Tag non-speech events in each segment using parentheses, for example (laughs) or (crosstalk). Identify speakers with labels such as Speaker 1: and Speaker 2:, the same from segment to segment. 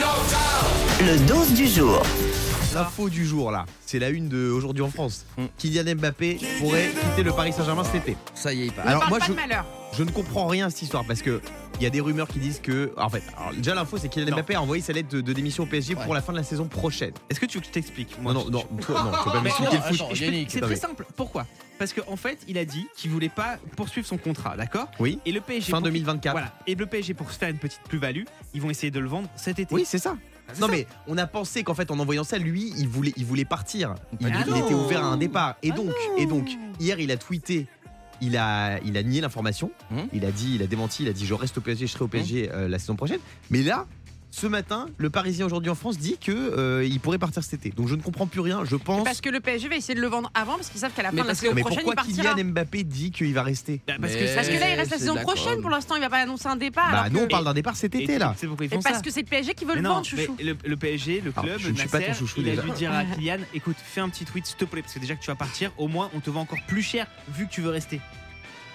Speaker 1: Le dose du jour.
Speaker 2: L'info du jour là, c'est la une de aujourd'hui en France.
Speaker 3: Mm.
Speaker 2: Kylian Mbappé pourrait quitter le Paris Saint-Germain cet été.
Speaker 3: Ça y est, il part.
Speaker 2: Alors
Speaker 4: parle
Speaker 2: moi
Speaker 4: pas
Speaker 2: je,
Speaker 4: de malheur.
Speaker 2: je ne comprends rien à cette histoire parce que il y a des rumeurs qui disent que en fait, alors, déjà l'info c'est que Kylian
Speaker 3: Non.
Speaker 2: Mbappé a envoyé sa lettre de, de démission au PSG pour
Speaker 3: Ouais.
Speaker 2: la fin de la saison prochaine.
Speaker 5: Est-ce que tu veux que je t'explique
Speaker 2: Non
Speaker 5: moi,
Speaker 2: non
Speaker 5: je-
Speaker 2: non, toi, non, tu peux pas
Speaker 5: Mais
Speaker 2: m'expliquer le
Speaker 3: non,
Speaker 2: foot.
Speaker 3: attends,
Speaker 5: je- je-
Speaker 3: Yannick.
Speaker 5: C'est
Speaker 2: Non,
Speaker 5: très
Speaker 2: mais-
Speaker 5: simple. Pourquoi Parce qu'en fait, il a dit qu'il voulait pas poursuivre son contrat, d'accord
Speaker 2: Oui.
Speaker 5: Et le PSG
Speaker 2: Fin
Speaker 5: pour-
Speaker 2: 2024.
Speaker 5: Voilà. Et le PSG pour se faire une petite plus-value, ils vont essayer de le vendre cet été.
Speaker 2: Oui, c'est ça.
Speaker 3: Ah,
Speaker 5: C'est
Speaker 2: Non
Speaker 5: ça.
Speaker 2: mais on a pensé qu'en fait en envoyant ça, lui, il voulait, il voulait partir. Il,
Speaker 3: Ah
Speaker 2: il
Speaker 3: non.
Speaker 2: était ouvert à un départ. Et
Speaker 5: Ah
Speaker 2: donc,
Speaker 5: non.
Speaker 2: et donc, hier il a tweeté, il a, il a nié l'information.
Speaker 3: Hmm.
Speaker 2: Il a dit, il a démenti, il a dit je reste au PSG, je serai au PSG
Speaker 3: Hum.
Speaker 2: euh, la saison prochaine. Mais là, ce matin, le Parisien aujourd'hui en France dit que euh, il pourrait partir cet été. Donc je ne comprends plus rien. Je pense.
Speaker 4: Parce que le PSG va essayer de le vendre avant parce qu'ils savent qu'à la fin
Speaker 3: Mais
Speaker 4: de la
Speaker 3: parce que-
Speaker 4: saison
Speaker 2: mais
Speaker 4: prochaine, il
Speaker 2: pourquoi
Speaker 4: partira.
Speaker 2: Kylian Mbappé dit qu'il va rester
Speaker 5: Bah, Parce
Speaker 3: Mais-
Speaker 5: que
Speaker 4: Parce que là, il reste la
Speaker 3: C'est
Speaker 4: saison
Speaker 3: de la
Speaker 4: prochaine
Speaker 3: com.
Speaker 4: pour l'instant, il va pas annoncer un
Speaker 3: Ah,
Speaker 4: départ.
Speaker 2: Bah
Speaker 4: alors
Speaker 2: non,
Speaker 4: que-
Speaker 2: on parle d'un départ cet été là.
Speaker 5: C'est pourquoi ils
Speaker 4: Mais
Speaker 5: font
Speaker 4: parce
Speaker 5: ça.
Speaker 4: que c'est le PSG qui veut
Speaker 5: Mais
Speaker 4: le
Speaker 5: non,
Speaker 4: vendre,
Speaker 5: mais
Speaker 4: chouchou.
Speaker 5: le, le PSG, le
Speaker 2: Ah,
Speaker 5: club,
Speaker 2: je ne suis pas ton
Speaker 5: Nasser,
Speaker 2: chouchou,
Speaker 5: il a
Speaker 2: déjà.
Speaker 5: dû dire à Kylian, écoute, fais un petit tweet, s'il te plaît, parce que déjà que tu vas partir, au moins on te vend encore plus cher vu que tu veux rester.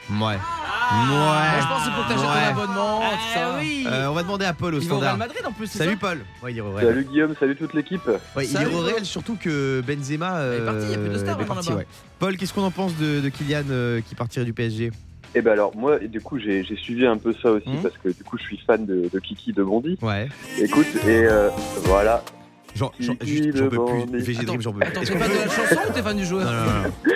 Speaker 2: Ouais.
Speaker 3: Ah. Moi, je
Speaker 2: Ouais.
Speaker 3: pense que c'est pour que t'achètes
Speaker 2: Ouais.
Speaker 3: ton abonnement,
Speaker 5: Ah
Speaker 3: tout ça.
Speaker 5: oui.
Speaker 2: Euh, on va demander à Paul au
Speaker 3: Ils vont au Real
Speaker 2: standard.
Speaker 3: Madrid en plus, c'est
Speaker 2: Salut
Speaker 3: ça
Speaker 2: Paul. Ouais, il est au Real.
Speaker 6: Salut Guillaume, salut toute l'équipe.
Speaker 2: Ouais, il est
Speaker 3: Salut,
Speaker 2: au
Speaker 3: Paul.
Speaker 2: réel, surtout que Benzema.
Speaker 3: hein.
Speaker 2: euh,
Speaker 3: Elle est partie, il y a plus de stars
Speaker 2: elle est
Speaker 3: maintenant
Speaker 2: partie,
Speaker 3: là-bas.
Speaker 2: ouais. Paul, qu'est-ce qu'on en pense de, de Kylian euh, qui partirait du PSG
Speaker 6: Et ben alors moi, du coup, j'ai j'ai suivi un peu ça aussi
Speaker 2: Mhm.
Speaker 6: parce que du coup, je suis fan de, de Kiki de Bondy.
Speaker 2: Ouais.
Speaker 6: Écoute, et euh, voilà.
Speaker 2: Genre,
Speaker 6: Il-
Speaker 2: genre,
Speaker 6: il
Speaker 2: juste, j'en
Speaker 6: le
Speaker 2: peux plus.
Speaker 6: bandit.
Speaker 2: VG Dream, j'en peux plus.
Speaker 3: Attends,
Speaker 2: Est-ce
Speaker 3: t'es
Speaker 2: qu'on
Speaker 3: fan de
Speaker 2: peut-
Speaker 3: la chanson ou t'es fan du
Speaker 2: Non,
Speaker 3: joueur
Speaker 2: non, non, non.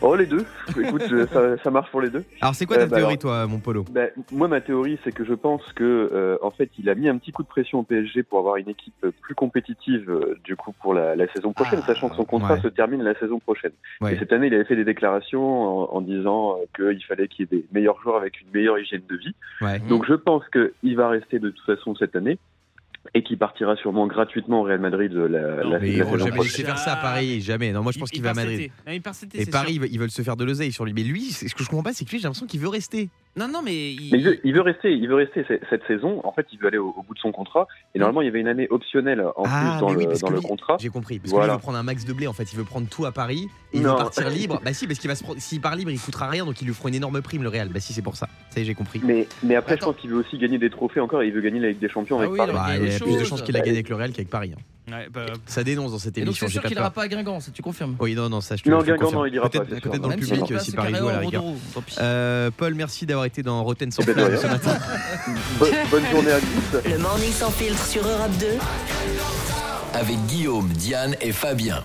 Speaker 6: Oh les deux. Écoute, je- ça, ça marche pour les deux. (laughs)
Speaker 2: Alors, c'est quoi
Speaker 6: Euh,
Speaker 2: ta
Speaker 6: bah
Speaker 2: théorie,
Speaker 6: alors-
Speaker 2: toi, mon Polo
Speaker 6: Ben, moi, ma théorie, c'est que je pense que euh, en fait, il a mis un petit coup de pression au PSG pour avoir une équipe plus compétitive euh, du coup pour la, la saison prochaine,
Speaker 3: Ah,
Speaker 6: sachant que son contrat
Speaker 2: ouais.
Speaker 6: se termine la saison prochaine.
Speaker 2: Ouais.
Speaker 6: Et cette année, il avait fait des déclarations en, en disant euh, qu'il fallait qu'il y ait des meilleurs joueurs avec une meilleure hygiène de vie. (laughs)
Speaker 2: Ouais.
Speaker 6: Donc je pense qu'il va rester de toute façon cette année et qu'il partira sûrement gratuitement au Real Madrid euh, la,
Speaker 5: Non,
Speaker 6: la,
Speaker 2: Mais
Speaker 6: la
Speaker 2: ils
Speaker 6: saison
Speaker 2: vont jamais
Speaker 6: prochaine.
Speaker 2: laisser faire ça à Paris, jamais. Non, moi je pense
Speaker 5: Il-
Speaker 2: qu'il
Speaker 5: il
Speaker 2: va à
Speaker 5: part cet
Speaker 2: Madrid.
Speaker 5: été. Non, il part cet été,
Speaker 2: Et
Speaker 5: c'est
Speaker 2: Paris,
Speaker 5: sûr.
Speaker 2: ils veulent- ils veulent se faire de l'oseille sur lui. Mais lui, c'est- ce que je comprends pas, c'est que lui, j'ai l'impression qu'il veut rester.
Speaker 5: Non, non, mais. il-
Speaker 6: Mais il veut, il veut rester, il veut rester cette, cette saison. En fait, il veut aller au, au bout de son contrat. Et normalement, il y avait une année optionnelle en
Speaker 2: Mm. Ah,
Speaker 6: plus dans
Speaker 2: mais oui,
Speaker 6: le,
Speaker 2: parce
Speaker 6: dans
Speaker 2: que
Speaker 6: le
Speaker 2: lui-
Speaker 6: contrat.
Speaker 2: J'ai compris. Parce que
Speaker 6: Ah. Voilà.
Speaker 2: lui, il veut prendre un max de blé, en fait. Il veut prendre tout à Paris. Et il veut
Speaker 6: Non. (laughs)
Speaker 2: partir libre. Bah, si, parce qu'il va se prendre. S'il part libre, il coûtera rien. Donc, ils lui feront une énorme prime, le Real. Bah, si, c'est pour ça. Ça y est, j'ai compris.
Speaker 6: Mais, mais après,
Speaker 3: Attends.
Speaker 6: je pense qu'il veut aussi gagner des trophées encore et il veut gagner la Ligue des Champions
Speaker 3: Ah
Speaker 6: avec
Speaker 3: oui,
Speaker 6: Paris.
Speaker 3: alors-
Speaker 2: Bah, il y a
Speaker 3: Quelque
Speaker 2: plus de
Speaker 3: chose.
Speaker 2: chances qu'il a gagné avec le Real qu'avec Paris. hein.
Speaker 5: Ouais, bah,
Speaker 2: Ça dénonce dans cette
Speaker 3: Et donc,
Speaker 2: émission.
Speaker 3: c'est sûr
Speaker 2: j'ai pas
Speaker 3: qu'il
Speaker 2: peur.
Speaker 3: ira pas à Guingamp, ça, tu confirmes
Speaker 2: Oui, non, non, ça je te
Speaker 6: Non,
Speaker 2: je te
Speaker 6: Guingamp,
Speaker 2: confirme.
Speaker 6: non, il ira pas,
Speaker 2: Peut-être
Speaker 6: c'est
Speaker 2: peut-être
Speaker 6: sûr.
Speaker 2: dans le
Speaker 3: Même s'il
Speaker 2: public,
Speaker 3: passe
Speaker 2: si
Speaker 3: au
Speaker 2: Paris
Speaker 3: carré
Speaker 2: joue à la
Speaker 3: au
Speaker 2: rigueur.
Speaker 3: Rodoro, tant pis.
Speaker 2: Euh, Paul, merci d'avoir été dans Rotten sans
Speaker 6: Eh ben, de
Speaker 2: filtre
Speaker 6: rien.
Speaker 2: (laughs) ce matin.
Speaker 6: Bo- bonne journée à tous.
Speaker 1: Le morning sans filtre sur Europe 2.
Speaker 7: avec Guillaume, Diane et Fabien.